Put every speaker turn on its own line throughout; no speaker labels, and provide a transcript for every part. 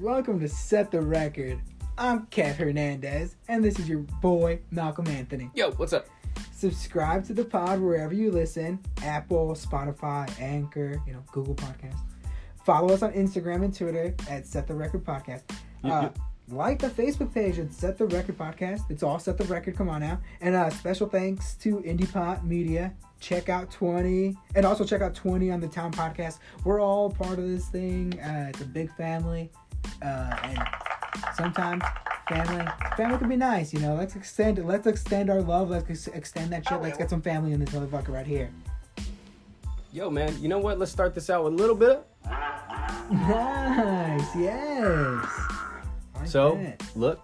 Welcome to Set the Record. I'm Kat Hernandez, and this is your boy, Malcolm Anthony.
Yo, what's up?
Subscribe to the pod wherever you listen Apple, Spotify, Anchor, you know, Google Podcasts. Follow us on Instagram and Twitter at Set the Record Podcast.
You-
Uh, like the Facebook page at Set the Record Podcast. It's all Set the Record. Come on now. And uh, special thanks to IndiePod Media. Check out 20 and also check out 20 on the Town Podcast. We're all part of this thing. Uh, it's a big family. Uh, and sometimes family family can be nice, you know. Let's extend let's extend our love. Let's ex- extend that shit. Let's get some family in this motherfucker right here.
Yo, man, you know what? Let's start this out with a little bit of.
Nice. Yes. Like
So,
that.
look.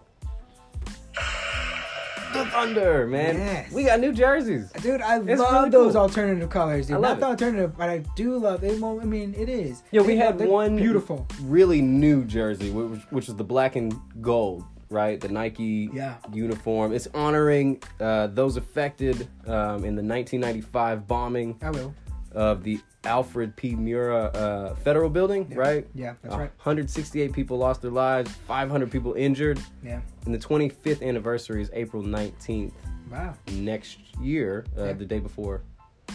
The Thunder, man.
Yes.
We got new jerseys.
Dude, I
It's
love
really
those
cool.
alternative colors. Dude.
I
Not
love
the
it.
alternative, but I do love it. Well, I mean, it is.
Yeah, we
They-
had
they're
one
beautiful.
really new jersey, which, which was the black and gold, right? The Nike
Yeah.
uniform. It's honoring uh, those affected um, in the 1995 bombing
I will.
of the Alfred P. Mura uh, Federal Building, right?
Yeah, that's right.
168 people lost their lives, 500 people injured.
Yeah.
And the 25th anniversary is April 19th
Wow.
next year, uh,
Yeah.
the day before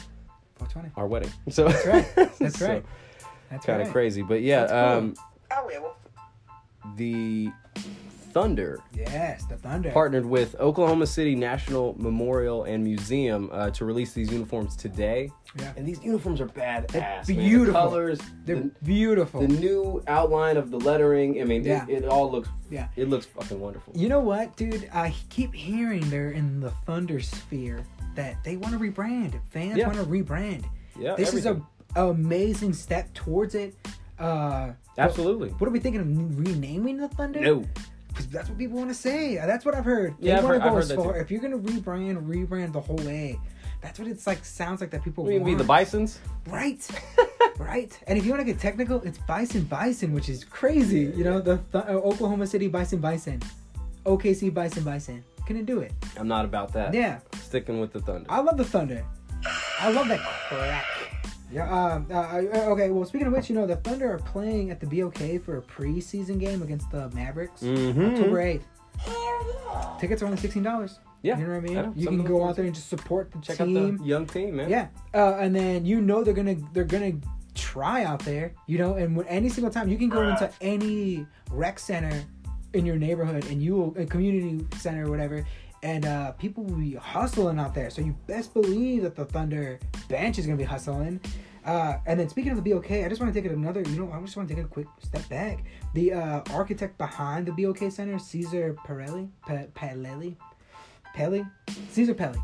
420.
our wedding. So that's
right. That's right. That's
Kind of
right.
crazy, but yeah.
That's cool.
Um,
I will.
the Thunder
Yes, the Thunder.
partnered with Oklahoma City National Memorial and Museum uh, to release these uniforms today.
Yeah.
And these uniforms are badass. man. The
beautiful.
colors,
They're
the,
beautiful.
the new outline of the lettering. I mean,
Yeah.
it, it all looks.
Yeah.
It looks fucking wonderful.
You know what, dude? I keep hearing they're in the Thunder sphere that they want to rebrand. Fans
Yeah.
want to rebrand.
Yeah,
this is
everything.
a amazing step towards it. Uh,
Absolutely.
what are we thinking of renaming the Thunder?
No.
'Cause that's what people want to say. That's what I've heard. They
Yeah, I've
want
heard-
to
I've
go
heard
as
that
far.
too.
If you're gonna rebrand, rebrand the whole way. That's what it's like. Sounds like that people
We can
want.
be the Bisons.
Right, right. And if you want to get technical, it's Bison Bison, which is crazy. You know, the th- uh, Oklahoma City Bison Bison, OKC Bison Bison. Couldn't do it.
I'm not about that.
Yeah,
Sticking with the Thunder.
I love the Thunder. I love that crack. Yeah. Um. Uh, I- uh, okay. Well, speaking of which, you know, the Thunder are playing at the BOK for a preseason game against the Mavericks.
Mhm.
October eighth. Tickets are only sixteen dollars.
Yeah.
You know what I mean?
I know.
you
Something
can go
for-
out there and just support the
Check
team.
out the young team, man.
Yeah, uh, and then you know they're gonna they're gonna try out there, you know, and when, any single time you can go into any rec center in your neighborhood and you will a community center or whatever, and uh, people will be hustling out there. So you best believe that the Thunder bench is gonna be hustling. Uh, and then speaking of the BOK, I just want to take it another. You know, I just want to take a quick step back. The uh, architect behind the BOK Center, Caesar Pirelli, Pe- Pelelli, Pelli, Caesar Pelli.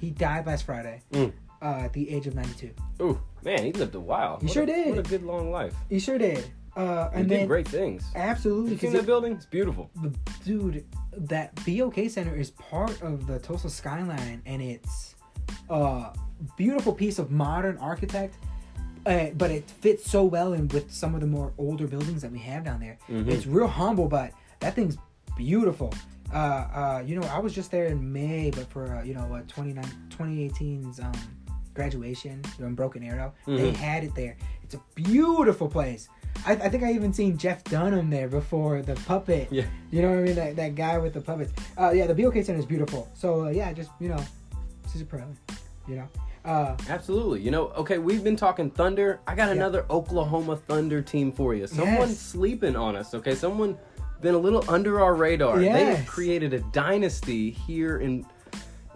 He died last Friday
Mm.
uh, at the age of 92.
Ooh, man, he lived a while.
He
What
sure
a-
did.
What a good long life.
He sure did. Uh,
He
and
did
then
great things.
absolutely,
You seen
'cause
that
it-
building? It's beautiful.
the- dude, that BOK Center is part of the Tulsa skyline, and it's a beautiful piece of modern architect. Uh, but it fits so well in with some of the more older buildings that we have down there. It's real humble, but that thing's beautiful. Uh, uh, you know, I was just there in May, but for uh, you know, uh, 29 2018's um, graduation you know, in Broken Arrow, they
Mhm.
had it there. It's a beautiful place. I, I think I even seen Jeff Dunham there before the puppet.
Yeah.
You know what I mean? That, that guy with the puppets. Uh, yeah, the BOK Center is beautiful. So uh, yeah, just you know, Caesar Pirelli. You know, uh,
Absolutely. You know, okay, we've been talking Thunder. I got another Oklahoma Thunder team for you. Someone
Yes.
sleeping on us, okay? Someone been a little under our radar. They have
Yes.
created a dynasty here in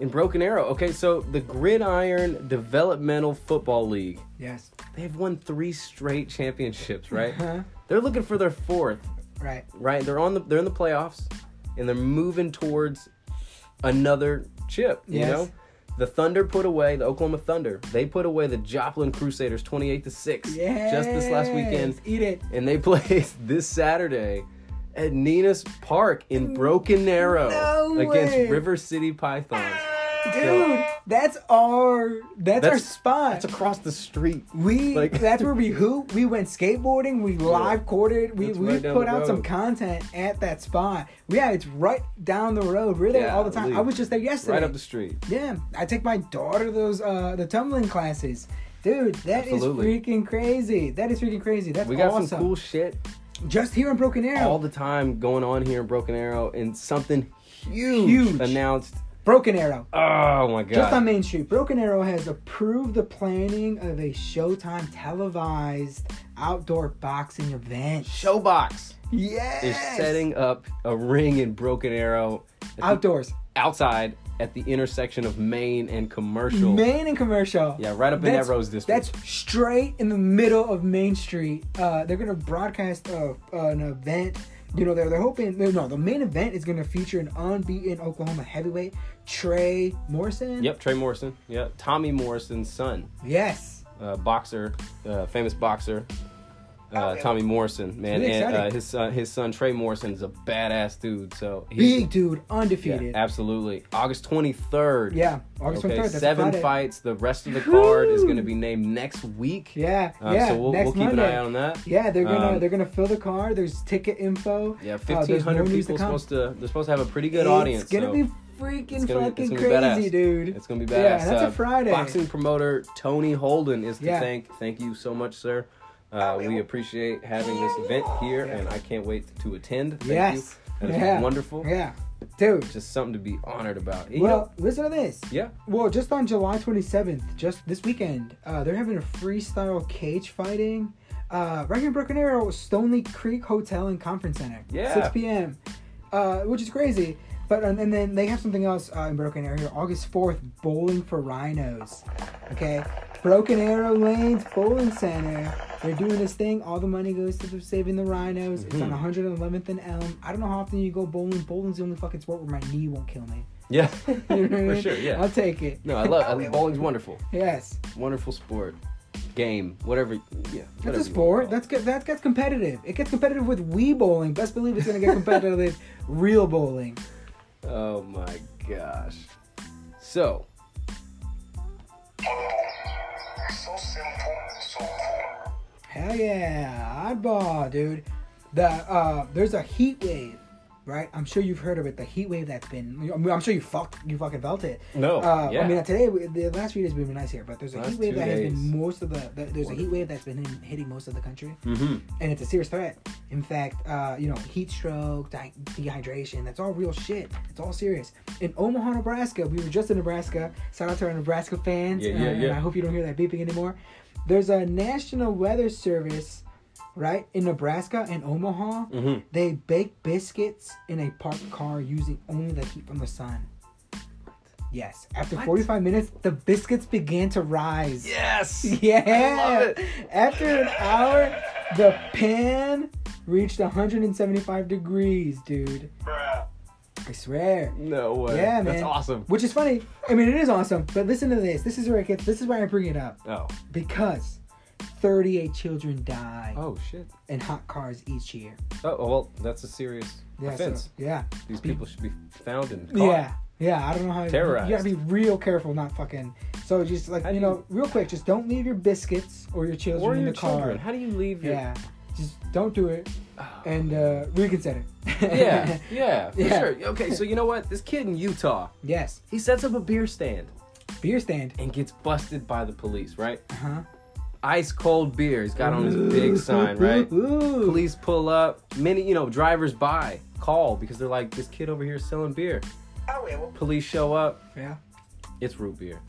in Broken Arrow. Okay, so the Gridiron Developmental Football League.
yes,
They've won 3 straight championships, right?
Uh-huh.
They're looking for their fourth.
right.
right? They're on the they're in the playoffs, and they're moving towards another chip. You
Yes.
know, the Thunder put away the Oklahoma Thunder. They put away the Joplin Crusaders twenty eight to six
Yeah.
just this last weekend,
Eat it.
and they play this Saturday at Nina's Park in Broken Arrow
Mm. No
against
way.
River City Pythons.
Dude, that's our that's, our
That's-
spot.
That's across the street.
we
like-
that's where we who we went skateboarding. We live courted. We
That's
we
right down
put
the
out some
road.
content at that spot. Yeah, it's right down the road. We're there all the time.
Golly.
I was just there yesterday.
Right up the street.
Yeah, I take my daughter to those uh the tumbling classes. Dude, that is
Absolutely.
freaking crazy. That is freaking crazy. That's
We got
awesome.
some cool shit
Just here in Broken Arrow.
all the time going on here in Broken Arrow, and something huge,
Huge.
announced.
Broken Arrow.
Oh my god!
Just on Main Street, Broken Arrow has approved the planning of a Showtime televised outdoor boxing event.
Showbox
yes.
is setting up a ring in Broken Arrow at the-
outdoors,
outside at the intersection of Main and Commercial.
Main and Commercial.
Yeah, right up in that
That's-
Rose District.
That's straight in the middle of Main Street. Uh, they're gonna broadcast uh, an event. You know, they're, they're hoping. No, the main event is gonna feature an unbeaten Oklahoma heavyweight, Trey Morrison.
Yep, Trey Morrison. Yep, Tommy Morrison's son,
Yes.
uh, boxer, uh, famous boxer, uh, Tommy Morrison. Man,
really
and uh,
exciting.
his son, his son Trey Morrison is a badass dude. So he's
Big dude,
yeah,
undefeated. Yeah.
absolutely August twenty third.
August 23rd.
okay,
That's
seven
Friday.
fights. The rest of the card is
Whew.
going to be named next week.
Yeah.
Um,
yeah.
so we'll,
next
we'll keep
Monday.
an eye on that.
Yeah, they're gonna
Um,
they're gonna fill the car. There's ticket info.
Yeah,
Uh, there's
fifteen hundred
more news
people
to come.
supposed to. They're supposed to have a pretty good
it's
audience.
gonna
so
be freaking
it's gonna,
fucking
it's gonna be
crazy,
badass.
dude.
It's gonna be badass.
Yeah, that's
Uh,
a Friday.
Boxing promoter Tony Holden is to
Yeah.
thank. Thank you so much, sir. Uh, we appreciate having this event here,
Yeah.
and I can't wait to attend. Thank
Yes.
you. That is
Yeah.
wonderful.
Yeah, dude.
Just something to be honored about. You know-
Well, listen to this.
yeah.
Well, just on July 27th, just this weekend, uh, they're having a freestyle cage fighting. Uh, right here in Broken Arrow, Stoney Creek Hotel and Conference Center.
Yeah.
6 p.m., uh, which is crazy. But and, and then they have something else uh, in Broken Arrow here, August 4th, Bowling for Rhinos. Okay? Broken Arrow Lanes Bowling Center. They're doing this thing. All the money goes to the saving the rhinos.
Mm-hmm.
It's on 111th and Elm. I don't know how often you go bowling. Bowling's the only fucking sport where my knee won't kill me.
Yeah.
You know what I
For
mean?
sure. Yeah.
I'll take it.
No, I love. I, bowling's wonderful.
Yes,
Wonderful sport. Game. Whatever. Yeah.
that's
whatever
a
you
sport.
wanna
That's good. That gets competitive. It gets competitive with Wii bowling. Best believe it's gonna get competitive with real bowling.
call it. Oh my gosh. So.
So simple, so cool.
Hell yeah, oddball, dude. The uh, there's a heat wave, right? I'm sure you've heard of it. The heat wave that's been. I mean, I'm sure you fuck you fucking felt it.
No,
Uh,
yeah.
I mean, today the last few days have been nice here, but there's a
Last
heat wave
two
that has
days.
been most of the. the there's a heat wave that's been hitting- hitting most of the country.
Mm-hmm.
and it's a serious threat. In fact, uh, you know, heat stroke, di- dehydration, that's all real shit. It's all serious. In Omaha, Nebraska, we were just in Nebraska. Shout out to our Nebraska fans.
Yeah,
uh,
yeah,
and
yeah.
I hope you don't hear that beeping anymore. There's a National Weather Service, right, in Nebraska and Omaha.
Mhm.
They bake biscuits in a parked car using only the heat from the sun. Yes. After 45 minutes, the biscuits began to rise.
Yes. I
Yeah.
love it.
After an hour, the pan reached 175 degrees, dude.
Bruh.
I swear.
No way.
Yeah, man.
That's awesome.
Which is funny. I mean, it is awesome. But listen to this. This is where it gets. This is why I bring it up
Oh.
because 38 children die
Oh shit.
in hot cars each year.
Oh oh, well, that's a serious
Yeah. so-
offense.
yeah.
These people should be found and caught.
Yeah. Yeah, I don't know how
Terrorized.
you gotta be real careful not fucking. So just like
How
you
do
know, real quick, just don't leave your biscuits or your children
Or
in
your
the car.
children. How do you leave your?
Yeah, just don't do it
Oh.
and uh, reconsider.
yeah, yeah, for
Yeah.
sure. Okay, so you know what? This kid in Utah,
yes.
he sets up a beer stand
Beer stand.
and gets busted by the police, right?
Uh huh.
Ice cold beer he's got on his big sign, right?
Ooh.
Police pull up. Many, you know, drivers by, call because they're like, this kid over here is selling beer. Police show up.
Yeah.
It's root beer.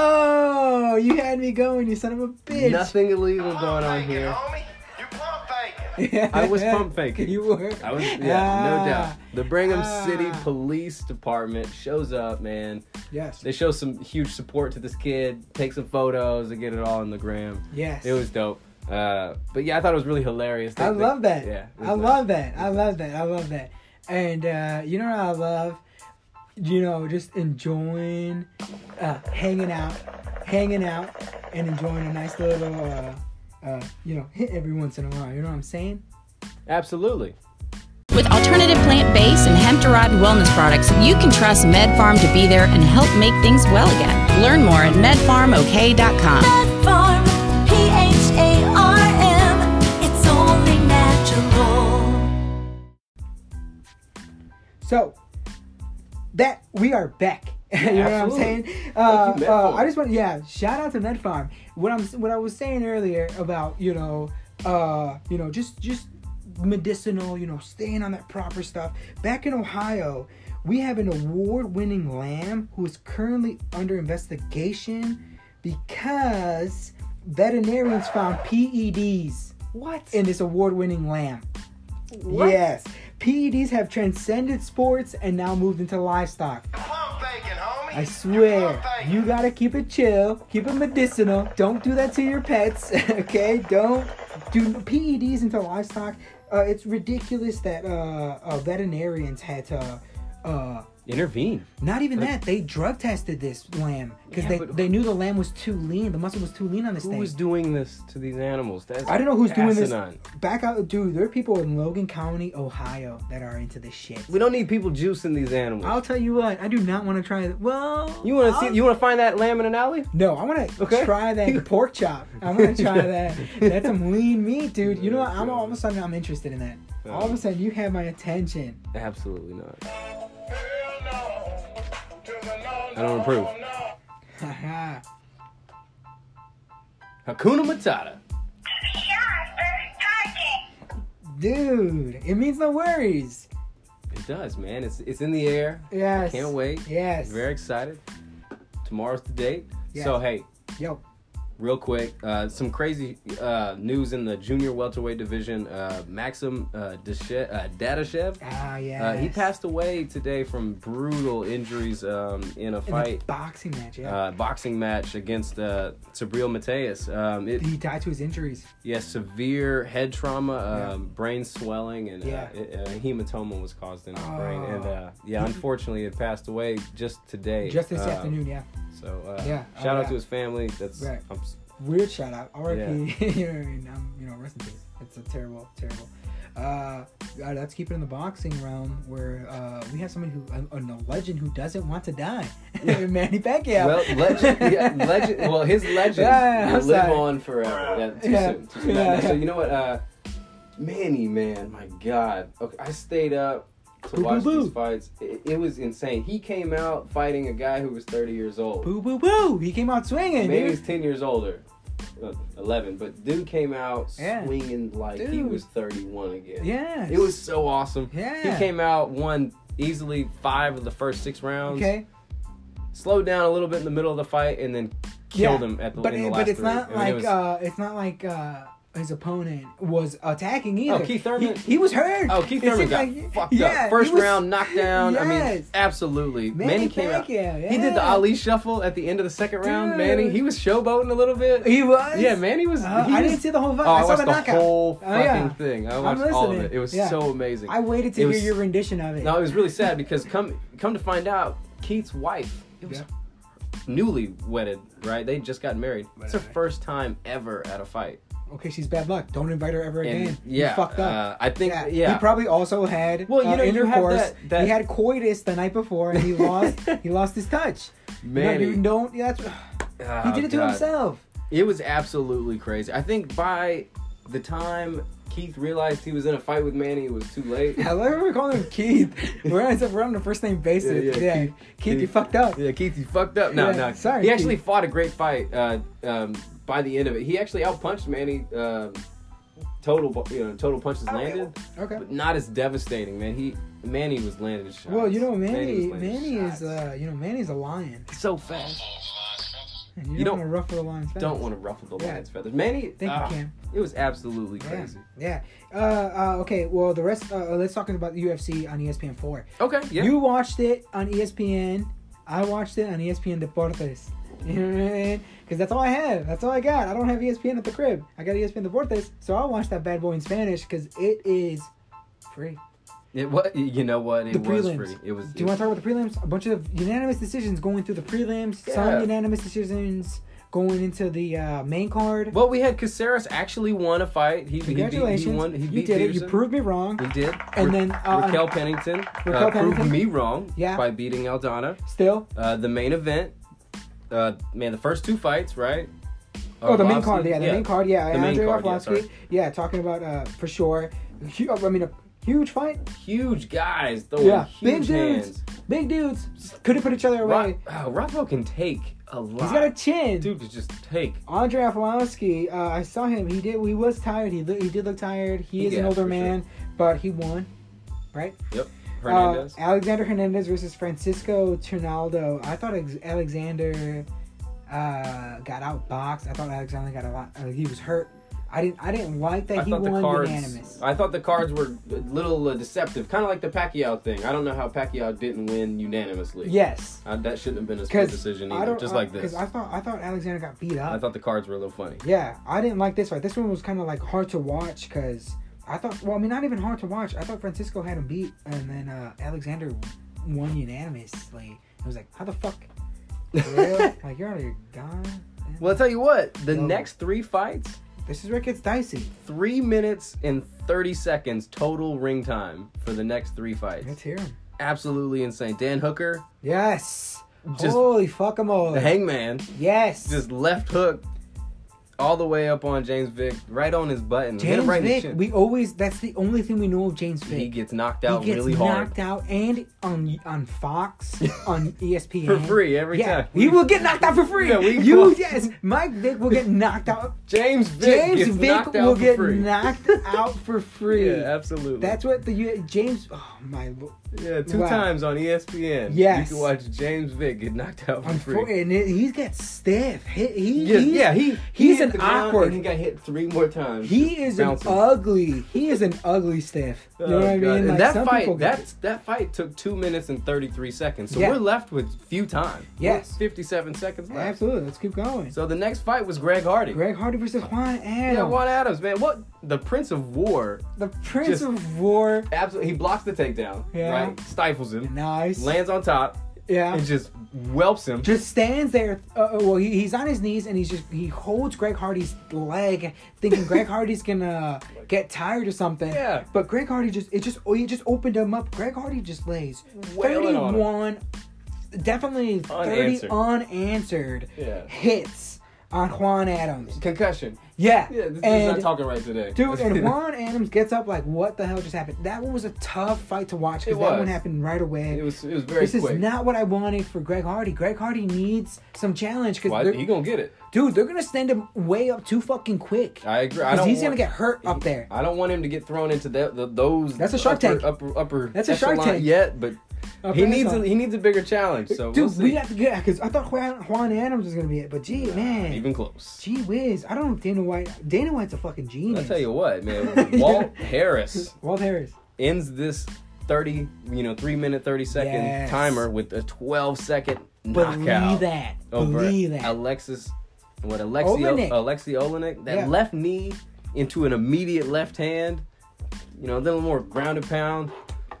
Oh, you had me going, you son of a bitch.
Nothing illegal
Pump
going on
faking,
here.
homie. You pump faking.
I was pump faking.
You were.
I was, yeah,
Ah.
no doubt. The Brigham City
Ah.
Police Department shows up, man.
Yes.
They show some huge support to this kid, take some photos, and get it all on the gram.
Yes.
It was dope. Uh, but yeah, I thought it was really hilarious.
I love that.
Yeah, it was
I
nice.
love that. I love that. I love that. And uh, you know what I love? You know, just enjoying, uh, hanging out, hanging out, and enjoying a nice little, uh, uh, you know, hit every once in a while. You know what I'm saying?
Absolutely.
With alternative plant based and hemp derived wellness products, you can trust MedFarm to be there and help make things well again. Learn more at medfarmok.com.
Farm, P-H-A-R-M, it's only natural.
So that we are back. you know what I'm
Absolutely.
saying? Uh,
Thank you,
uh,
MedFarm.
I just want yeah, shout out to Med Farm. What I'm what I was saying earlier about you know uh, you know just just medicinal, you know, staying on that proper stuff. Back in Ohio, we have an award winning lamb who is currently under investigation because veterinarians found PEDs
What?
in this award winning lamb.
What?
Yes. PEDs have transcended sports and now moved into livestock.
You plumb faking, homie.
I
You
swear,
plumb faking.
you gotta keep it chill, keep it medicinal. Don't do that to your pets, okay? Don't do PEDs into livestock. Uh, it's ridiculous that uh, uh, veterinarians had to. Uh,
Intervene.
not even that, they drug tested this lamb because
Yeah,
they,
but-
they knew the lamb was too lean, the muscle was too lean on this
Who
thing.
is doing this to these animals? That's
I don't know who's doing this.
asinine.
Back out, dude. There are people in Logan County, Ohio, that are into this shit.
We don't need people juicing these animals.
I'll tell you what, I do not want to try. it. Well,
you want to
I'll-
see? You want to find that lamb in an alley?
No, I want to
Okay.
try that pork chop. I want to try that. That's some lean meat, dude. You know what? I'm all of a sudden I'm interested in that. All
Uh.
of a sudden you have my attention.
Absolutely not.
Hell no. To the no,
I don't
no,
approve.
no.
Haha.
Hakuna Matata.
dude, it means no worries.
It does, man. It's it's in the air.
Yes.
Can't wait.
Yes.
Very excited. Tomorrow's the date.
Yes.
So hey,
Yo.
real quick, uh, some crazy uh, news in the junior welterweight division. Uh, Maxim uh, Dashe- uh, Dadashev.
Ah, yeah.
Uh, he passed away today from brutal injuries um, in a
in
fight,
a boxing match. Yeah.
uh, boxing match against uh, Sabriel Mateus. Um, it,
he died to his injuries.
yeah, severe head trauma,
Yeah.
um, brain swelling, and
Yeah.
uh, it, uh, hematoma was caused in his brain. And
Oh.
uh, yeah, unfortunately, it passed away just today.
Just this
Um,
afternoon. Yeah.
So uh,
Yeah. Oh,
shout out
yeah.
to his family. That's
Right.
I'm s-
weird shout out. R.I.P. you know what I mean? I'm, you know, rest in peace. It's a terrible, terrible. Uh, uh, let's keep it in the boxing realm where uh, we have someone who, a, a legend who doesn't want to die, Manny Pacquiao.
well, legend, yeah, legend. Well, his legend
Yeah, yeah,
will
I'm
live
sorry.
on forever. Yeah, too
Yeah.
soon. Too soon.
Yeah.
So you know what, uh, Manny, man, my God. Okay, I stayed up to
Boo, boo,
watch
boo.
these fights. It, it was insane. He came out fighting a guy who was 30 years old.
Boo, boo, boo! He came out swinging,
Maybe he's
dude.
10 years older. Uh, 11, but dude came out
Yeah.
swinging like he
Dude.
was 31 again.
Yes.
It was so awesome.
Yeah.
He came out, won easily five of the first six rounds.
okay.
Slowed down a little bit in the middle of the fight and then killed
Yeah,
him at the,
But
in the
it,
last
but it's
three.
not
I mean, it
like
was-
uh, it's not like uh, his opponent was attacking either.
Oh, Keith
He-
Thurman-
He, was hurt.
Oh, Keith
It
Thurman
seemed
got
like-
fucked
yeah,
up.
he
First
was-
round knockdown. I mean,
Yes.
absolutely.
Manny
Manny, came out.
Pacquiao,
He did the
yeah.
Ali shuffle at the end of the second round.
Dude.
Manny, he was showboating a little bit.
He was.
yeah, Manny was.
Uh,
he
I
was-
didn't see the whole fight.
Oh,
I
I,
saw
watched
the
the,
knockout.
whole
Oh,
fucking
yeah.
thing. I
I'm
watched all of
listening.
it. It was
Yeah.
so amazing.
I waited to
It
hear
was-
your rendition of it.
No, it was really sad because come come to find out, Keith's wife it was
Yeah.
newly wedded, right? They just got married. It's her
Right.
first time ever at a fight.
okay, she's bad luck. Don't invite her ever
And
again.
yeah,
you fucked up.
uh, I think yeah.
he probably also had
Well, you
uh,
know, you have
intercourse.
that- that-
He had coitus the night before, and he lost. he lost his touch.
Manny.
no, dude, don't. yeah, That's,
Oh,
he did it to
God.
himself.
It was absolutely crazy. I think by the time Keith realized he was in a fight with Manny, it was too late.
I love we're calling him Keith. we're on, we're on the first name basis. Yeah,
Yeah, yeah, Keith.
Keith, you fucked up.
Yeah, Keith, you fucked up. No,
Yeah,
no.
sorry,
He actually
Keith.
fought a great fight uh, um, by the end of it. He actually outpunched Manny. Um, total, bu- you know, total punches landed,
Okay.
but not as devastating, man. He Manny was landing shots.
Well, you know, Manny,
was landing
Manny
shots.
is, uh, you know, Manny's a lion.
so fast.
And you,
You
don't,
don't-
want to ruffle the lion's feathers.
Don't want to ruffle the
Yeah.
lion's feathers. Manny,
Thank you,
ah,
Cam.
It was absolutely
Yeah,
crazy.
Yeah. Uh, uh, okay. Well, the rest. Uh, let's talk about the UFC on E ESPN four.
Okay, yeah.
You watched it on E ESPN. I watched it on E ESPN Deportes. You know what I mean? Because that's all I have. That's all I got. I don't have E ESPN at the crib. I got E ESPN Deportes, so I watched that bad boy in Spanish because it is free.
it what? You know what? It
The
was
prelims.
free. It was.
Do you want to talk about the prelims? A bunch of unanimous decisions going through the prelims.
Yeah.
Some unanimous decisions going into the uh, main card.
Well, we had Caceres actually won a fight. He, he beat-
Congratulations,
He, won. He
you
beat
did it. You
Peterson.
proved me wrong.
He did.
And
Ra-
then, uh,
Raquel Pennington
Raquel
uh, proved
Pennington.
me wrong
Yeah.
by beating Aldana.
Still,
Uh, the main event, uh, man, the first two fights, right?
Oh, the main
Arlovski-
card, yeah, the main card, yeah.
The main
Andrei
card, yeah,
Arlovski,
sorry.
yeah, talking about uh, for sure. Hu- I mean, a huge fight.
Huge guys throwing
Yeah,
Oh, huge
big dudes,
hands.
big dudes couldn't put each other away.
Rock, oh, Rocco can take a lot.
He's got a chin.
Dude could just take.
Andre Aflowski, uh, I saw him. He did. He was tired. He look, he did look tired. He is an
Yeah,
older
for
man, but he won, right?
Yep.
Uh,
Hernandez.
Alexander Hernandez versus Francisco Trinaldo. I thought Ex- Alexander uh, got outboxed. I thought Alexander got a lot. Uh, he was hurt. I didn't. I didn't like that
I
he
thought the
won
cards.
unanimous.
I thought the cards were a little uh, deceptive, kind of like the Pacquiao thing. I don't know how Pacquiao didn't win unanimously.
yes,
I, that shouldn't have been a split decision either. Just like this.
Because I thought I thought Alexander got beat up.
I thought the cards were a little funny.
Yeah, I didn't like this fight. This one was kind of like hard to watch because I thought, well, I mean, not even hard to watch. I thought Francisco had him beat, and then uh, Alexander won unanimously. I was like, how the fuck? For real? like, you're out of your gun.
Well, I'll tell you what, the
No.
next three fights,
This is where it gets dicey.
three minutes and 30 seconds total ring time for the next three
Let's
fights.
hear him.
Absolutely insane. Dan Hooker,
Yes.
Just-
Holy fuck 'em all.
the hangman,
yes.
just left hook all the way up on James Vick, right on his button. hit
James
him right in the
Vick.
chin.
We always. That's the only thing we know of James Vick.
he gets knocked
He
out
gets
really hard.
knocked out and on on Fox, on E ESPN
For free every
yeah,
time.
He will get knocked out for free.
Yeah, we-
you yes, Mike Vick will get knocked out.
James Vick
James
gets
Vick
knocked out
will
for
get
free.
knocked out for free.
yeah, absolutely.
That's what the U- James. Oh my. lo-
yeah, two
wow.
times on E ESPN.
Yes.
You can watch James Vick get knocked out for
I'm
free.
for, and it, he gets stiff. He, he,
Yeah,
he's-
yeah, he
he's
hit
an
the ground
awkward-
and he got hit three more times.
He is an
Bouncing.
ugly. He is an ugly stiff. You know
Oh,
what I
God.
mean?
And
Like,
that
some people
fight,
get-
that that fight took two minutes and thirty three seconds. So
Yeah.
we're left with few time.
Yes.
fifty seven seconds left.
absolutely. Let's keep going.
So the next fight was Greg Hardy.
Greg Hardy versus Juan Adams.
yeah, Juan Adams, man. What the Prince of War?
the Prince
just-
of War.
Absolutely, he blocks the takedown.
Yeah.
Right, stifles him.
Nice.
Lands on top
yeah.
and just whelps him.
just stands there. Uh, well, he, he's on his knees and he's just he holds Greg Hardy's leg, thinking Greg Hardy's gonna get tired or something.
Yeah.
But Greg Hardy just it just oh he just opened him up. Greg Hardy just lays
Wailing on him.
thirty-one, definitely thirty
Unanswered.
unanswered
Yeah.
hits on Juan Adams.
Concussion.
Yeah.
Yeah, this is not
and
talking right today,
Dude, and Juan Adams gets up like, what the hell just happened? That one was a tough fight to watch
It
because that one
was.
happened right away
It was it was very
this
quick.
is not what I wanted for Greg Hardy. Greg Hardy needs some challenge
Why-
because
he gonna get it.
dude, they're gonna send him way up too fucking quick.
I agree. I
Because
don't
he's
want-
gonna get hurt up there.
I don't want him to get thrown into that the, those.
That's a Shark
upper,
Tank.
Upper upper.
That's a Shark
echelon
Tank.
Yet, but
Upper
he needs a,
echelon.
he needs a bigger challenge. So
dude,
we'll see.
we have to get because I thought Juan, Juan Adams was gonna be it, but gee man,
even close.
gee whiz, I don't know if Dana White. Dana White's a fucking genius.
I tell you what, man. Walt Harris
Walt Harris.
ends this thirty, you know, three minute thirty second
Yes.
timer with a twelve second knockout
Believe that.
over
Believe that.
Alexis. What Alexi
Olenek.
Alexi Olenek? That
Yeah.
left knee into an immediate left hand. You know, then a little more grounded pound.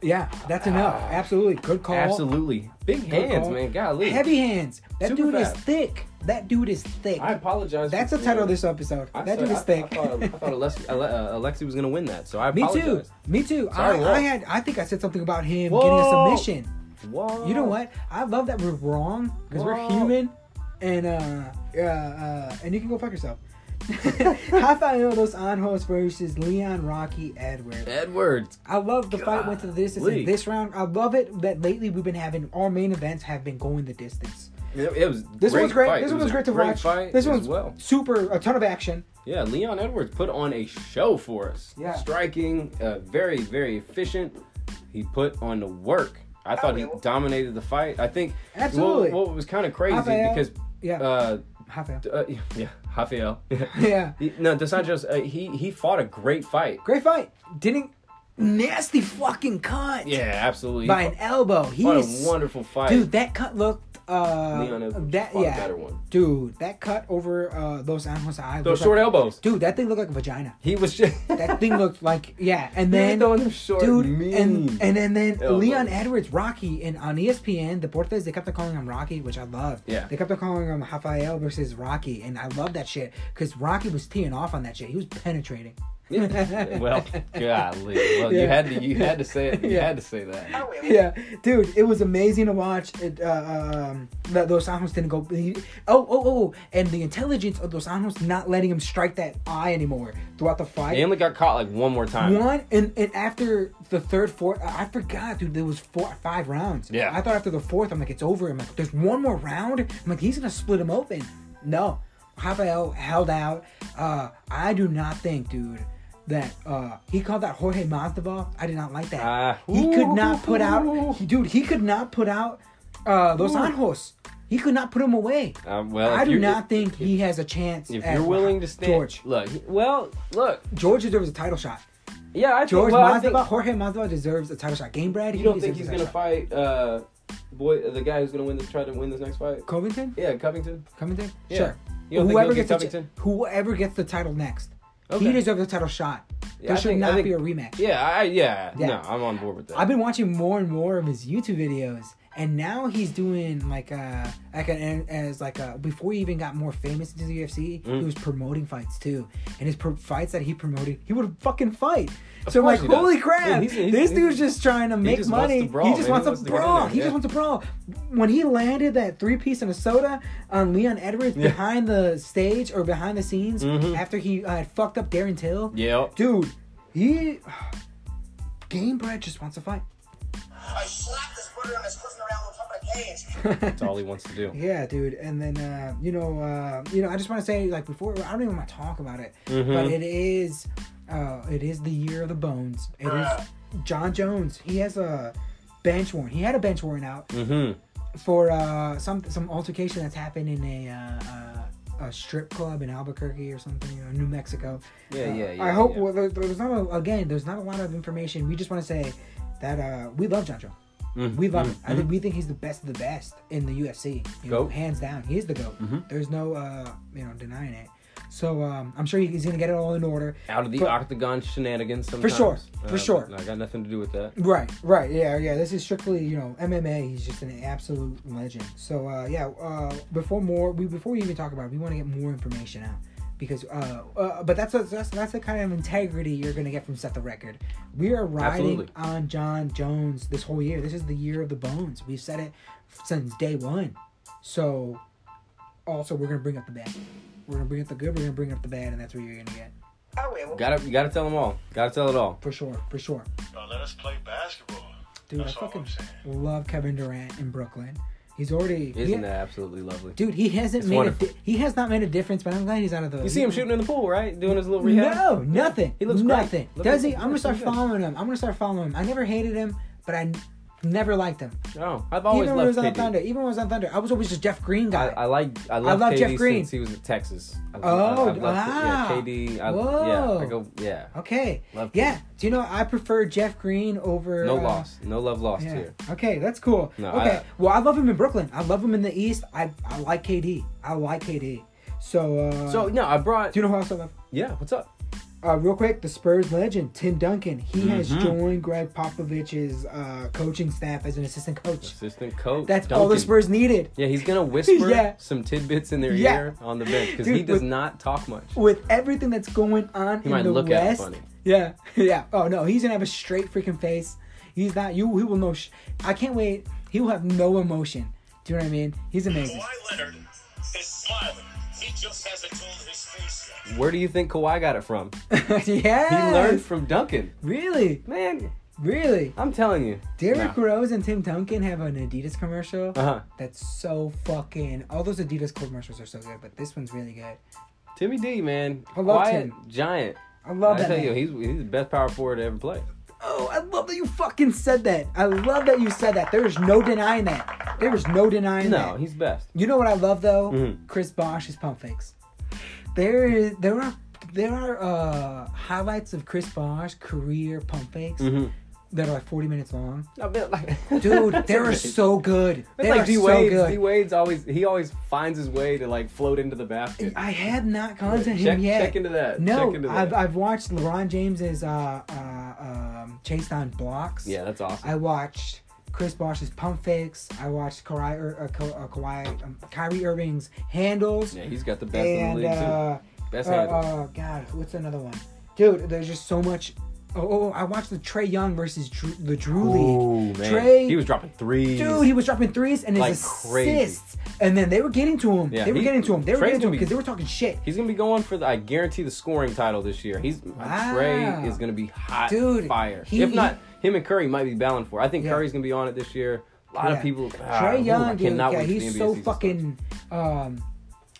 yeah, that's enough. Absolutely, good call.
Absolutely, big
Good
Ah. hands,
call.
man. Golly,
Heavy hands. That
Super
dude
fast.
is thick. That dude is thick.
I apologize.
that's
for-
the title of this episode.
I
that
said-
dude is
I-
thick.
I thought, I thought Alexi, Ale- uh, Alexi was going to win that, so I
Me too.
apologize.
Me too.
Sorry,
I,
Walt.
I had. I think I said something about him
Whoa.
getting a submission.
too. Whoa.
You know what? I love that we're wrong because we're
Whoa.
human, and uh, uh, uh, and you can go fuck yourself. Rafael dos Anjos versus Leon Rocky Edwards.
Edwards.
I love the fight went to the distance in
Golly.
this round. I love it that lately we've been having our main events have been going the distance.
It, it was
This
great
one's great.
Fight.
This
It was
one's
a
great to watch.
Fight
this
as
one's
well.
super a ton of action.
Yeah, Leon Edwards put on a show for us.
Yeah.
Striking, uh, very, very efficient. He put on the work. I thought he dominated the fight. I think. well,
Absolutely.
What was kind of crazy
Rafael.
because.
Yeah.
Uh,
Rafael.
uh, yeah, Rafael.
Yeah.
He- no, Dos Anjos, uh, he he fought a great fight.
Great fight. Didn't nasty fucking cut.
Yeah, absolutely.
by
He
an elbow.
fought
He's
a wonderful fight.
dude. That cut looked uh
Leon Edwards
that
fought a
yeah
better one.
dude. That cut over uh those Anjos eye.
Those
looked
short
like-
elbows.
Dude, that thing looked like a vagina.
He was just
That thing looked like yeah, and
was
then
throwing them short,
dude,
mean
and and then, then
elbows.
Leon Edwards, Rocky, and on E ESPN, Deportes, they kept on calling him Rocky, which I loved.
Yeah.
they kept on calling him Rafael versus Rocky, and I love that shit because Rocky was teeing off on that shit. He was penetrating.
well, golly. Well, you
Yeah.
had to you had to say it. You
Yeah.
had to say that.
I will.
yeah, dude, it was amazing to watch. It, uh, um, that Dos Anjos didn't go. He, oh, oh, oh, and the intelligence of Dos Anjos not letting him strike that eye anymore throughout the
They
fight.
only got caught like one more time.
One and, and after the third, fourth, I I forgot, dude. There was four, five rounds.
Yeah.
I thought after the fourth, I'm like, it's over. I'm like, there's one more round. I'm like, he's gonna split him open. No, Rafael held out. Uh, I do not think, dude. That uh, he called that Jorge Masvidal. I did not like that.
Ah.
he could not put out, dude. He could not put out uh, Los Anjos. He could not put him away.
Um, well,
I
if
do
you-
not think he has a chance.
If
at
you're willing to stand,
George,
look. Well, look.
George deserves a title shot.
Yeah, I think.
George
well, I
Masvidal,
think
Jorge Masvidal deserves a title shot. Game Brad,
you don't think
deserves
he's
a title
gonna
shot.
fight uh, boy, the guy who's gonna win this, try to win this next fight?
Covington?
Yeah, Covington.
Covington?
Yeah.
Sure.
You don't think
whoever
he'll
gets
get
the,
Covington?
whoever gets the title next, he
Okay.
deserves a title shot.
Yeah,
there
I
should
think- I
not
think-
be a rematch.
Yeah, I, yeah,
Yeah.
No, I'm on board with that.
I've been watching more and more of his YouTube videos, and now he's doing like a like an as like a before he even got more famous into the UFC,
Mm.
he was promoting fights too, and his pro- fights that he promoted, he would fucking fight. so I'm
course
like,
he does.
holy crap,
Yeah, he's- he's-
this
he's-
dude's just trying to make
just wants
money.
to brawl,
he just
man.
wants
He
to
wants to get in
brawl.
there,
He
yeah.
just wants to brawl. When he landed that three piece and a soda on Leon Edwards behind the stage or behind the scenes
Mm-hmm.
after he uh, had fucked up Darren Till,
yeah.
dude, he. Game Brad just wants to fight.
I slapped this brother on his cruising around with pump in a cage.
That's all he wants to do.
Yeah, dude. And then uh, you know, uh, you know, I just want to say like before, I don't even want to talk about it, but it is, uh, it is the year of the bones. It is John Jones. He has a bench warrant. He had a bench warrant out
Mm-hmm.
for uh, some some altercation that's happened in a. Uh, uh, a strip club in Albuquerque or something, you know, New Mexico.
Yeah,
Uh,
yeah, yeah,
I hope
yeah.
well, there, there's not a, again. There's not a lot of information. We just want to say that uh, we love John Jones.
Mm-hmm.
We love him. I think we think he's the best of the best in the UFC. You know,
Goat. Mm-hmm.
hands down, he's the goat. There's no uh, you know denying it. So um, I'm sure he's gonna get it all in order.
Out of the
But-
octagon shenanigans.
For
Sometimes.
sure,
Uh,
for sure.
I got nothing to do with that.
Right, right, yeah, yeah. This is strictly, you know, MMA. He's just an absolute legend. So, uh, yeah. Uh, before more, we before we even talk about it, we want to get more information out because, uh, uh but that's, that's that's the kind of integrity you're gonna get from Set the Record. We are riding
Absolutely.
on John Jones this whole year. This is the year of the bones. We've said it since day one. So, also, we're gonna bring up the bad. We're gonna bring up the good. We're gonna bring up the bad, and that's what you're gonna get
I will.
Gotta, you gotta tell them all. Gotta tell it all.
for sure, for sure.
Now let us play basketball.
Dude,
That's
I
all
fucking
I'm saying.
love Kevin Durant in Brooklyn. He's already
Isn't
he-
that absolutely lovely?
dude. He hasn't made
wonderful.
a di- he has not made a difference, but I'm glad he's out of the.
You see him shooting in the pool, right? Doing his little rehab.
No, nothing.
He looks great.
nothing.
Look
Does
at-
he? I'm gonna
looks
start
pretty good.
following him. I'm gonna start following him. I never hated him, but I n- never liked him.
No, Oh, I've always
even when he
loved
was on
KD.
Thunder, even when he was on Thunder, I was always just Jeff Green
I,
guy.
I like I love
love
KD
Jeff Green.
since he was at Texas. I,
Oh,
I, I've loved it.
wow.
Yeah, KD. I,
Whoa.
Yeah, I go. Yeah,
okay.
Love
yeah.
Green.
Do you know I prefer Jeff Green over
no
uh,
loss, no love lost
Yeah.
here.
Okay, that's cool.
No,
okay.
I-
well, I love him in Brooklyn. I love him in the East. I, I like KD. I like KD. So uh,
So no, I brought.
do you know who else I love?
yeah, what's up?
Uh, real quick, the Spurs legend Tim Duncan. He has
Mm-hmm.
joined Greg Popovich's uh, coaching staff as an assistant coach.
Assistant coach.
That's all the
Duncan.
Spurs needed.
Yeah, he's gonna whisper
Yeah.
some tidbits in their
Yeah.
ear on the bench because
Dude,
he does
with-
not talk much.
With everything that's going on in
might
the
look at it
West,
funny.
yeah, yeah. Oh no, he's gonna have a straight freaking face. He's not. You. He will know. Sh- I can't wait. He will have no emotion. Do you know what I mean? He's amazing.
Kawhi Leonard is smiling. He just hasn't told his face yet.
Where do you think Kawhi got it from? He
yeah.
learned from Duncan.
Really,
Man,
really.
I'm telling you.
Derrick
Nah.
Rose and Tim Duncan have an Adidas commercial
Uh-huh.
that's so fucking. All those Adidas commercials are so good, but this one's really good.
Timmy D, man.
I love
Quiet,
Tim.
giant.
I love
I
that.
tell
man.
you, he's he's the best power forward to ever play.
oh, I love that you fucking said that. I love that you said that. There is no denying that. There is no denying
No,
that.
he's Mm-hmm. best.
You know what I love though? Chris Bosh's pump fakes. There is there are there are uh, highlights of Chris Bosh's career pump fakes
Mm-hmm.
that are like forty minutes long.
I bet, like,
Dude, they are
amazing.
so good.
It's
They
like
are
D
so
Wade's.
good.
D Wade's always he always finds his way to like float into the basket.
I have not gone to him
Check-
yet.
check into that.
No,
Check into
I've
that.
I've watched LeBron James's uh, uh um, chased on blocks.
yeah, that's awesome.
I watched Chris Bosh's pump fakes. I watched Kawhi, Ir- uh, Ka- uh, Kawhi um, Kyrie Irving's handles.
yeah, he's got the best in the
and
league
uh,
too. Best
uh,
handle.
uh, God, what's another one? dude. There's just so much. Oh, oh, oh, I watched the Trey Young versus Drew, the Drew League.
man.
Trey,
he was dropping threes.
dude, he was dropping threes and his
Like crazy.
assists, and then they were getting to him.
Yeah,
they were
he-
getting to him. They were
Trey's
getting to him
gonna be-
because they were talking shit.
He's gonna be going for the. I guarantee the scoring title this year. He's uh,
Wow.
Trey is gonna be hot
Dude,
fire.
he-
if not, him and Curry might be battling for. it. I think
Yeah.
Curry's gonna be on it this year. A lot
Yeah.
of people. ah,
Trey
ooh, I
Young, dude,
cannot
yeah,
wait for the
he's so
NBA season to start.
fucking. Um,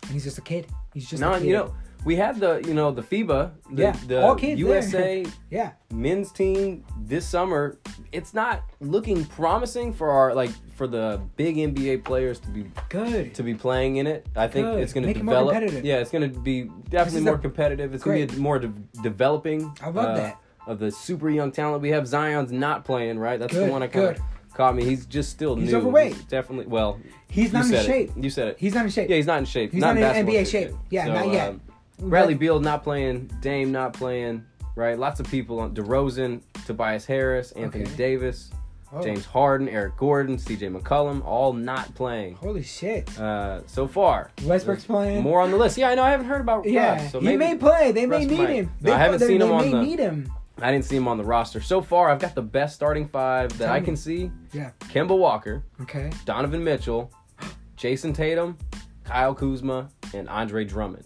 and he's just a kid. He's just
No,
a kid.
you know we had the you know the FIBA, the,
yeah,
the
all kids there.
USA
yeah,
men's team this summer. It's not looking promising for our like for the big NBA players to be
good.
to be playing in it. I think
Good.
it's going to
Make it more
develop.
competitive.
Yeah, it's going to be
This
definitely
is
more
a-
competitive. It's going
Great.
to be more de- developing. uh,
I love that.
Of the super young talent we have, Zion's not playing right. That's
Good,
the one I
good.
kind of caught me. He's just still
He's
new.
overweight.
definitely. Well,
He's
you
not in
said it.
shape.
You said it.
He's not in shape.
Yeah, he's not in shape.
He's not in
basketball
NBA shape. Yeah,
So,
not yet.
um, Bradley
But-
Beal not playing. Dame not playing. Right, lots of people on DeRozan, Tobias Harris, Anthony
Okay.
Davis,
Oh.
James Harden, Eric Gordon, C.J. McCollum, all not playing
Holy shit.
uh, so far.
Oh. Westbrook's
There's
playing.
More on the list. Yeah, I know. I haven't heard about Russ.
Yeah,
so
he
maybe,
may play. They may
Russ
need
might.
him.
No,
They,
I haven't
they,
seen him
they
on
may
the-
need him.
I didn't see him on the roster. So far, I've got the best starting five that
Tell
I
me.
can see
Yeah.
Kemba Walker,
Okay.
Donovan Mitchell, Jason Tatum, Kyle Kuzma, and Andre Drummond.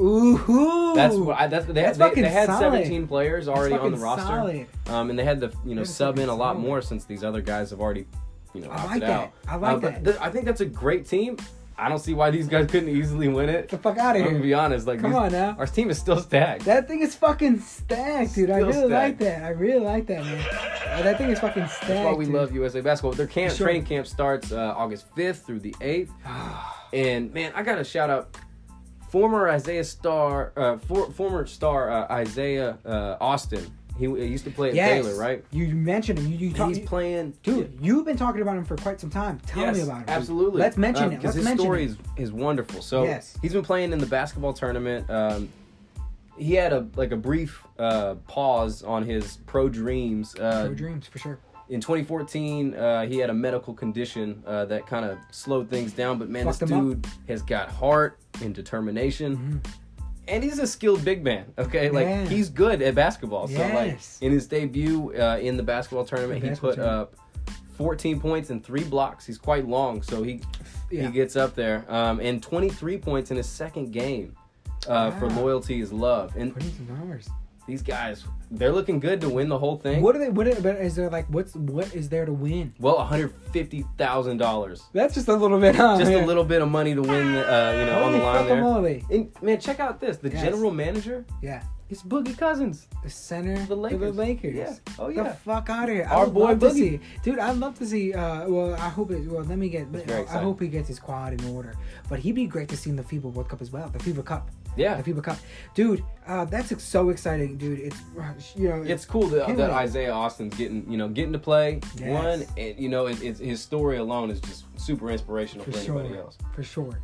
Ooh.
That's what I, that's, they,
That's
they,
fucking
they had
solid.
17 players already on the
fucking
roster.
solid.
Um, and they had to you know
That's
sub in
fucking
a lot
solid.
more since these other guys have already you know
I
opted
like that.
out.
I like
Uh, but
that.
th- I think that's a great team. I don't see why these guys couldn't easily win it.
the fuck out of
I'm
here.
gonna be honest. Like,
Come
these-
on now.
our team is still stacked.
That thing is fucking stacked, dude. I
Still
really like
stacked.
that. I really like that, man. Uh, That thing is fucking stacked.
That's why we
dude.
love USA basketball. Their camp
Sure.
training camp starts uh, August 5th through the 8th. and man, I gotta shout out former Isaiah star, uh, for, former star uh, Isaiah uh, Austin. He, he used to play at
Yes.
Baylor, right?
You you mentioned him. You, you
And
talk,
he's playing,
dude. You've been talking about him for quite some time. Tell me about him. dude.
Absolutely.
Let's mention
Um,
him. Let's
Because his
mention
story
him.
is, is wonderful. So
Yes.
he's been playing in the basketball tournament. Um, he had a like a brief uh, pause on his pro dreams. Uh,
Go dreams for sure.
in 2014, uh, he had a medical condition uh, that kind of slowed things down. But man,
Fucked
this
him Mm-hmm.
dude has got heart and determination, and he's a skilled big man. Okay, like
Yeah.
he's good at basketball. So like
Yes.
in his debut uh, in the basketball tournament,
The
he
basketball
put
tournament.
up 14 points and three blocks. He's quite long, so he
Yeah.
he gets up there um, and 23 points in his second game uh, for
Wow.
loyalty is love. And
What are these numbers?
these guys, they're looking good to win the whole thing.
What are they? What are, but is there like? What's what is there to win?
well, one hundred fifty thousand dollars.
That's just a little bit. Huh?
just
Oh, Yeah.
a little bit of money to win, uh, you know, on the
Holy
line there.
guacamole.
And man, check out this. The
Yes.
general manager
Yeah.
is Boogie Cousins.
the center of
The
the Lakers.
Lakers.
Lakers.
Yeah. Oh,
Get
yeah.
The fuck out of here. I
Our
would
boy
love to
Boogie.
see, dude. I'd love to see. Uh, well, I hope it. Well, let me get.
very
I
exciting.
hope he gets his quad in order. But he'd be great to see in the FIBA World Cup as well. The FIBA Cup.
Yeah.
The FIBA Cup, dude. Uh, that's ex- so exciting, dude. It's uh, you know.
It's cool that,
Him
that
and-
Isaiah Austin's getting, you know, getting to play.
Yes.
One, and you know, it, it's, his story alone is just super inspirational for,
for
anybody
sure.
else.
For sure,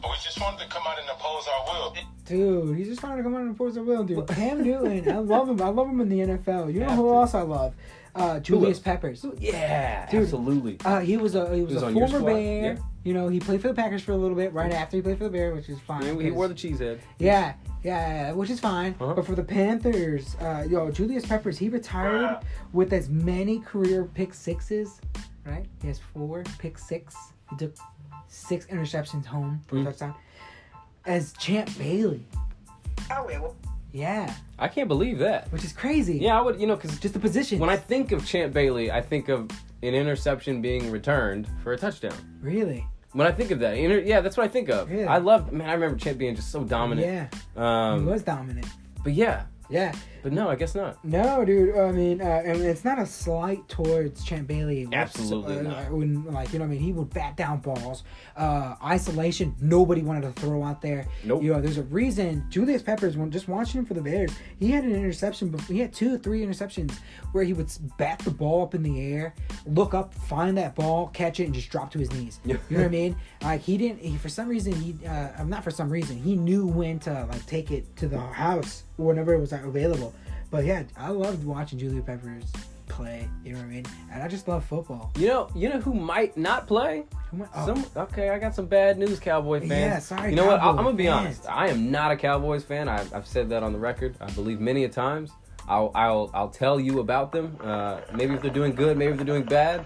But we just wanted to come out and oppose our will.
dude. He's just trying to come out and force a will, dude. Cam Newton. I love him. I love him in the NFL. You know
Have
who
to.
else I love? Uh, Julius
else?
Peppers.
Yeah,
Dude.
absolutely.
Uh, he was a he was,
He was
a
on your
former
squad,
Bear.
yeah.
You know, he played for the Packers for a little bit. Right after he played for the Bear, which is fine.
Man, he
because-
wore the cheesehead.
yeah, yeah, yeah, which is fine.
Uh-huh.
But for the Panthers, uh, yo, Julius Peppers, he retired with as many career pick sixes, right? He has four pick six. He took six interceptions home
Mm-hmm.
for a touchdown. As Champ Bailey, yeah,
I can't believe that.
which is crazy.
Yeah, I would, you know, because
just the position.
when I think of Champ Bailey, I think of an interception being returned for a touchdown.
really,
When I think of that, inter- yeah, that's what I think of.
Really?
I love, man. I remember Champ being just so
yeah,
dominant.
he
Um,
was dominant.
but yeah,
Yeah,
but no, I guess not.
No, dude. I mean, uh, I mean, it's not a slight towards Champ Bailey. whatso-
Absolutely
uh,
not.
When, like, you know, what I mean, he would bat down balls. Uh, isolation. Nobody wanted to throw out there.
Nope.
You know, there's a reason. Julius Peppers, when just watching him for the Bears, he had an interception. bef- He had two, three interceptions where he would s- bat the ball up in the air, look up, find that ball, catch it, and just drop to his knees.
Yeah.
You know what I mean? Like he didn't. He for some reason he uh, um, not for some reason he knew when to like take it to the house whenever it was available. But yeah, I loved watching Julia Peppers play. You know what I mean? And I just love football.
You know, you know who might not play?
Who am I- oh,
Some okay, I got some bad news, Cowboy fans.
Yeah, sorry,
You know what? I, am
Cowboy
gonna be
fans.
honest. I am not a Cowboys fan. I, I've said that on the record. I believe many a times. I'll I'll I'll tell you about them. Uh, maybe if they're doing good, maybe if they're doing bad.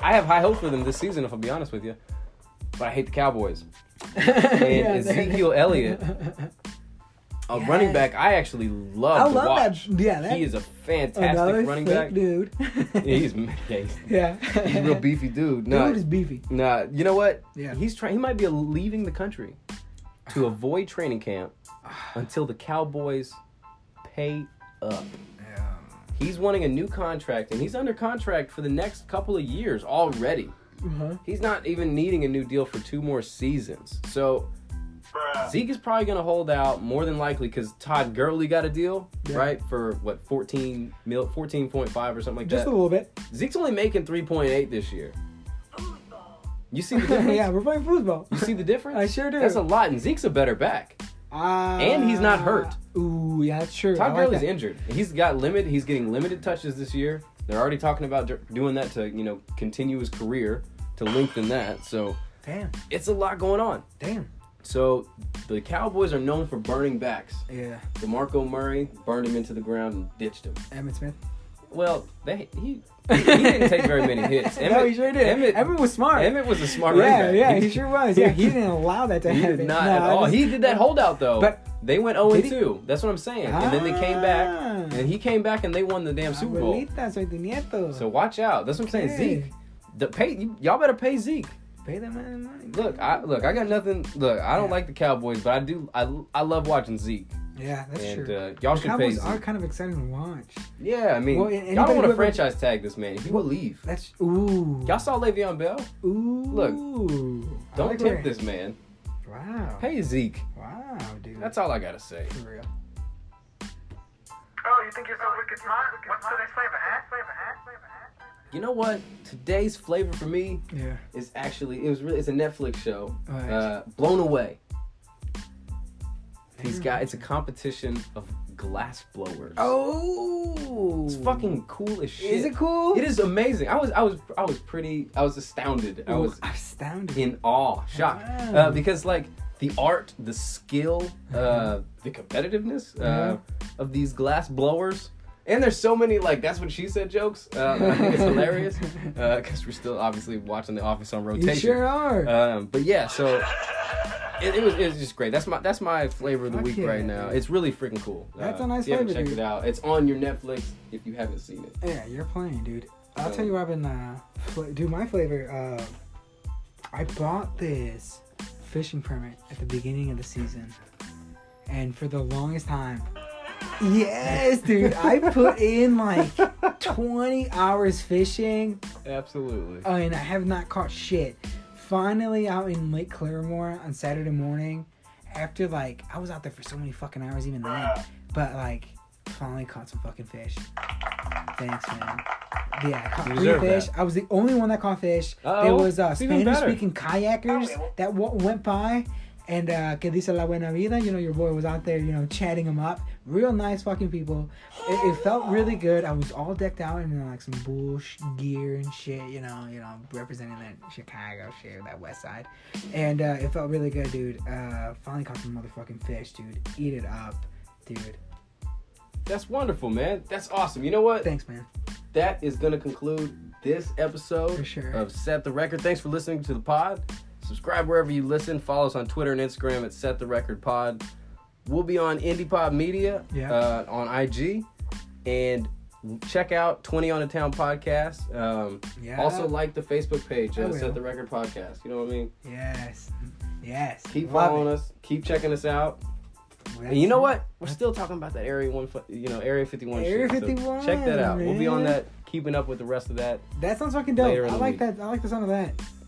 I, I have high hopes for them this season. If I'll be honest with you, but I hate the Cowboys. And
Yeah,
Ezekiel Elliott, a
Yes.
running back, I actually love.
I
to
love that-
watch.
yeah, that-
he is a
another
fantastic running
thick
back.
dude.
Yeah, he's, yeah, he's
yeah,
he's a real beefy dude. No,
Dude is beefy.
Nah, you know what?
Yeah.
He's trying. He might be leaving the country to avoid training camp until the Cowboys pay up. He's wanting a new contract, and he's under contract for the next couple of years already.
Uh-huh.
He's not even needing a new deal for two more seasons. So
Bruh.
Zeke is probably going to hold out more than likely because Todd Gurley got a deal,
Yeah.
right? For what, 14 mil, 14.5 or something like
Just a
that.
little bit.
Zeke's only making 3.8 this year. You see the difference?
yeah, we're playing football.
You see the difference?
I sure do.
That's a lot, and Zeke's a better back.
Ah.
And he's not hurt.
Ooh, yeah, that's true. I
Todd
like
Gurley's
that.
injured. He's got limited. He's getting limited touches this year. They're already talking about d- doing that to you know continue his career to lengthen that. So
Damn,
it's a lot going on.
damn.
So the Cowboys are known for burning backs.
Yeah,
DeMarco Murray burned him into the ground and ditched him.
Emmett Smith.
Well, they he. he didn't take very many hits. Emmett,
no, he sure did. Emmett,
Emmett,
was smart.
Emmett was a smart running
yeah,
back.
yeah, he sure was. Yeah, he didn't allow that to
He
happen.
did not
No,
at
I
all.
just-
He did that holdout though.
But-
they went 0
Did he?
2. That's what I'm saying. And then they came back,
Ah.
and he came back, and they won the damn Super Bowl.
Abuelita, soy tu nieto.
So watch out. That's what I'm saying.
Okay.
Zeke, the pay you, y'all better pay Zeke.
pay the man money.
Look, I look, I got nothing. Look, I don't like the Cowboys, but I do. I, I love watching Zeke.
yeah, that's
and,
true.
uh, y'all
the
should pay
Cowboys
Zeke.
are kind of exciting to watch.
Yeah, I mean,
Well, and
y'all
anybody
don't want
who
to
ever-
franchise tag this man. He will leave.
That's ooh,
Y'all saw Le'Veon Bell.
ooh.
look,
I
Don't
like
tempt
where-
this man.
Wow,
Pay Zeke.
wow, dude.
That's all I gotta say.
for real.
Oh, you think you're so wicked smart? What's today's flavor, huh? Flavor, huh? Flavor, huh?
You know what? Today's flavor for me
Yeah.
is actually it was really it's a Netflix show.
Alright.
Uh, Blown Away.
Hmm.
He's got it's a competition of glass blowers.
Oh,
it's fucking cool as shit.
Is it cool?
It is amazing. I was I was I was pretty I was astounded. I
Ooh,
was
astounded.
in awe, shocked,
Wow.
uh, because like the art, the skill,
Uh-huh.
uh, the competitiveness uh, of these glass blowers. And there's so many like that's what she said jokes. Uh, I think it's hilarious because we're still obviously watching The Office on rotation.
you sure are.
Um, but yeah, so it, it was it was just great. That's my that's my flavor of the
Fuck
week
yeah,
right now.
dude.
It's really freaking cool.
That's
Uh,
a nice
If you haven't
flavor,
checked
dude.
it out, it's on your Netflix if you haven't seen it.
Yeah, you're playing, dude. I'll
So-
tell you what I've been, uh, fl- dude, my flavor, uh, I bought this fishing permit at the beginning of the season. And for the longest time, yes, dude, I put in like 20 hours fishing
Absolutely.
uh, and I have not caught shit. Finally, out in Lake Claremore on Saturday morning, after like I was out there for so many fucking hours even then, but like finally caught some fucking fish. Thanks, man. Yeah, I caught
You
three
deserve
fish.
that.
I was the only one that caught fish.
Oh,
there was uh,
it's even better. Oh,
Spanish speaking kayakers that w- went by. And uh, que dice la buena vida, you know, your boy was out there, you know, chatting them up. Real nice fucking people. It, it felt really good. I was all decked out in you know, like some bush gear and shit, you know, you know, representing that Chicago shit, that West Side. And uh, it felt really good, dude. Uh, finally caught some motherfucking fish, dude. Eat it up, dude.
That's wonderful, man. That's awesome. You know what?
Thanks, man.
that is going to conclude this episode
For sure.
of Set the Record. Thanks for listening to the pod. Subscribe wherever you listen. Follow us on Twitter and Instagram at Set the Record Pod. We'll be on Indie Pod Media
Yeah.
uh, on IG. And check out 20 on the Town podcast. Um,
Yeah.
Also, like the Facebook page,
I
uh,
will.
Set the Record Podcast. You know what I mean?
Yes. Mm-hmm. Yes.
Keep
Love
following
it.
us. Keep checking us out.
Well,
And you know
that's-
what? We're still talking about that Area One, fo- you know, Area 51. shit.
Area
So
51,
check that out. We'll be on
man.
that, keeping up with the rest of that.
That sounds fucking dope.
Later in
I
the
like
week.
that. I like the sound of that.